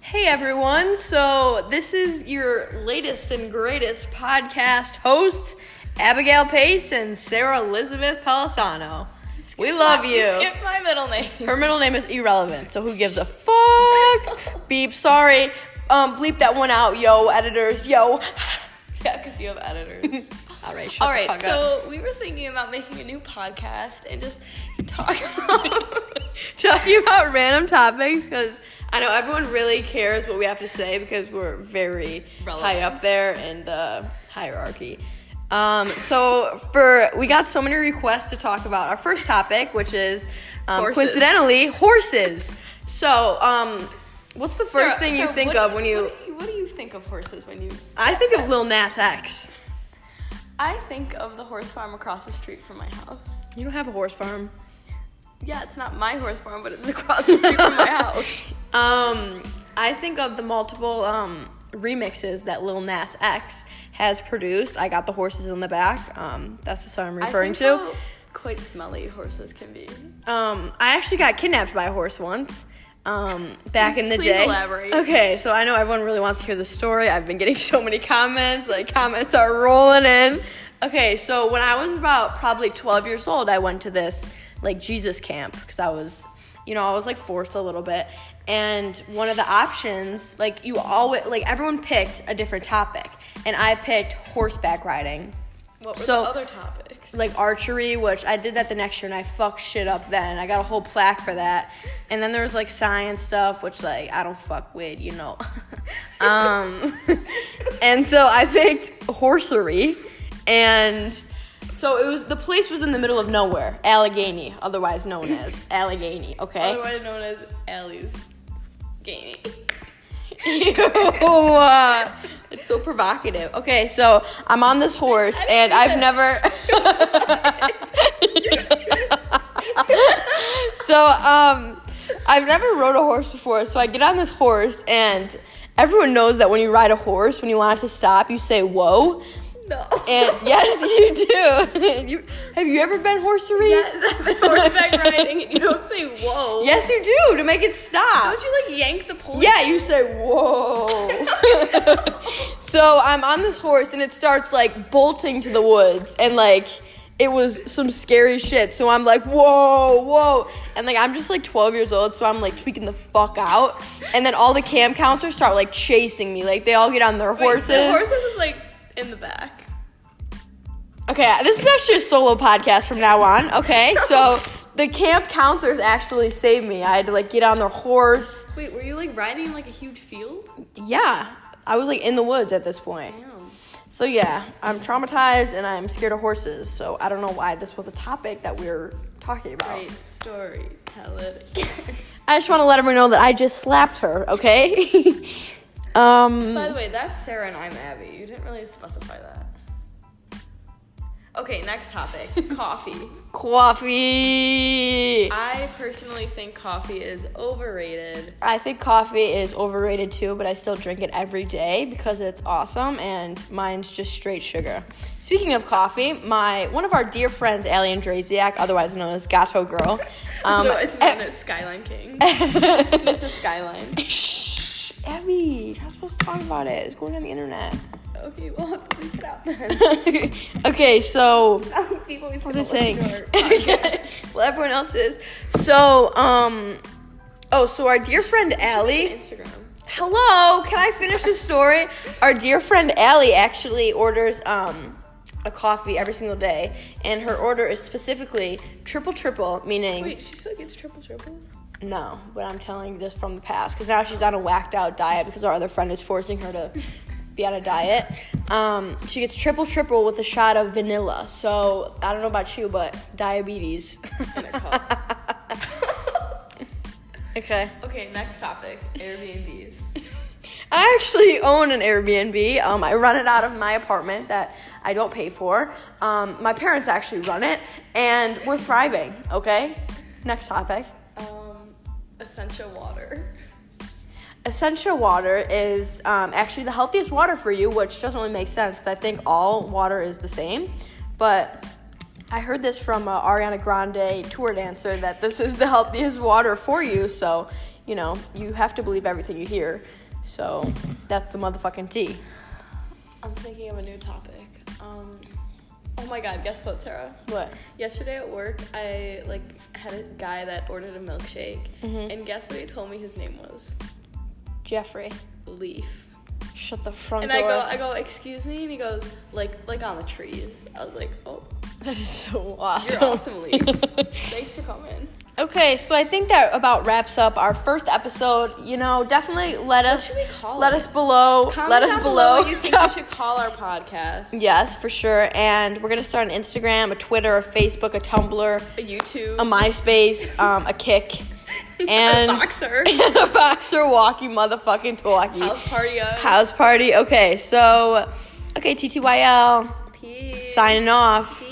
Hey everyone, so this is your latest and greatest podcast hosts, Abigail Pace and Sarah Elizabeth Palisano. We love you. Skip my middle name. Her middle name is irrelevant, so who gives a fuck? Beep, sorry. Um, bleep that one out, yo, editors, yo. Yeah, because you have editors. All right, shut All right, the fuck up. so we were thinking about making a new podcast and just talk about Talking about random topics because I know everyone really cares what we have to say because we're very Relevant. high up there in the hierarchy. Um, so for we got so many requests to talk about our first topic, which is um, Horses. coincidentally horses. So um, what's the first Sarah, thing you Sarah, think what- of when you? What do you, what do you think of horses when you? I think of Lil Nas X. I think of the horse farm across the street from my house. You don't have a horse farm. Yeah, it's not my horse farm, but it's across the street from my house. Um, I think of the multiple um, remixes that Lil Nas X has produced. I got the horses in the back. Um, that's the song I'm I referring think to. how Quite smelly horses can be. Um, I actually got kidnapped by a horse once. Um, back in the Please day. elaborate. Okay, so I know everyone really wants to hear the story. I've been getting so many comments. Like comments are rolling in. Okay, so when I was about probably 12 years old, I went to this like Jesus camp because I was, you know, I was like forced a little bit. And one of the options, like you always, like everyone picked a different topic, and I picked horseback riding What were So- the other topics? like archery, which I did that the next year and I fucked shit up then. I got a whole plaque for that. And then there was like science stuff, which like I don't fuck with, you know. um and so I picked horsery and so it was the place was in the middle of nowhere, Allegheny, otherwise known as Allegheny, okay? otherwise known as Allie's game. Ew, uh, it's so provocative. Okay, so I'm on this horse, and I've never. so um, I've never rode a horse before. So I get on this horse, and everyone knows that when you ride a horse, when you want it to stop, you say "whoa." No. And yes, you do. you, have you ever been horsery? Yes, I've been horseback riding. and You don't say whoa. Yes, you do to make it stop. Don't you like yank the pole? Yeah, you say, whoa. so I'm on this horse and it starts like bolting to the woods and like it was some scary shit. So I'm like, whoa, whoa. And like I'm just like 12 years old, so I'm like tweaking the fuck out. And then all the camp counselors start like chasing me. Like they all get on their Wait, horses. The horses is like in the back. Okay, this is actually a solo podcast from now on. Okay, so the camp counselors actually saved me. I had to like get on their horse. Wait, were you like riding in like a huge field? Yeah, I was like in the woods at this point. Damn. So yeah, I'm traumatized and I'm scared of horses. So I don't know why this was a topic that we were talking about. Great story. Tell it again. I just want to let everyone know that I just slapped her. Okay. um. By the way, that's Sarah and I'm Abby. You didn't really specify that. Okay, next topic coffee. Coffee. I personally think coffee is overrated. I think coffee is overrated too, but I still drink it every day because it's awesome and mine's just straight sugar. Speaking of coffee, my one of our dear friends, Allie Andrasiak, otherwise known as Gato Girl, um, Eh. Otherwise known as Skyline King. this is Skyline. Shh, Abby, you're not supposed to talk about it. It's going on the internet. Okay, well, have to leave it out then. okay, so People always what was I listen saying? to our podcast. well, everyone else is. So, um, oh, so our dear friend Allie. Instagram. Hello, can I finish the story? Our dear friend Allie actually orders um a coffee every single day, and her order is specifically triple triple, meaning Wait, she still gets triple triple? No, but I'm telling you this from the past because now she's on a whacked out diet because our other friend is forcing her to be on a diet. Um, she gets triple triple with a shot of vanilla. So I don't know about you, but diabetes. In a cup. okay. okay, next topic Airbnbs. I actually own an Airbnb. Um, I run it out of my apartment that I don't pay for. Um, my parents actually run it, and we're thriving. Okay. Next topic. Um, essential water. Essential water is um, actually the healthiest water for you, which doesn't really make sense because I think all water is the same. But I heard this from uh, Ariana Grande tour dancer that this is the healthiest water for you. So, you know, you have to believe everything you hear. So that's the motherfucking tea. I'm thinking of a new topic. Um, oh my god, guess what, Sarah? What? Yesterday at work, I like had a guy that ordered a milkshake, Mhm. and guess what he told me his name was? Jeffrey, Leaf. shut the front And I door. go, I go, excuse me, and he goes, like, like on the trees. I was like, oh, that is so awesome. you're awesome, Leaf. Thanks for coming. Okay, so I think that about wraps up our first episode. You know, definitely let us should we call let it? us below. Comment let us down below. below. what you think we should call our podcast? yes, for sure. And we're gonna start an Instagram, a Twitter, a Facebook, a Tumblr, A YouTube. a MySpace, um, a Kick, and a boxer. and a boxer walkie motherfucking talkie. House party up. House party. Okay, so okay, TTYL Peace. signing off. Peace.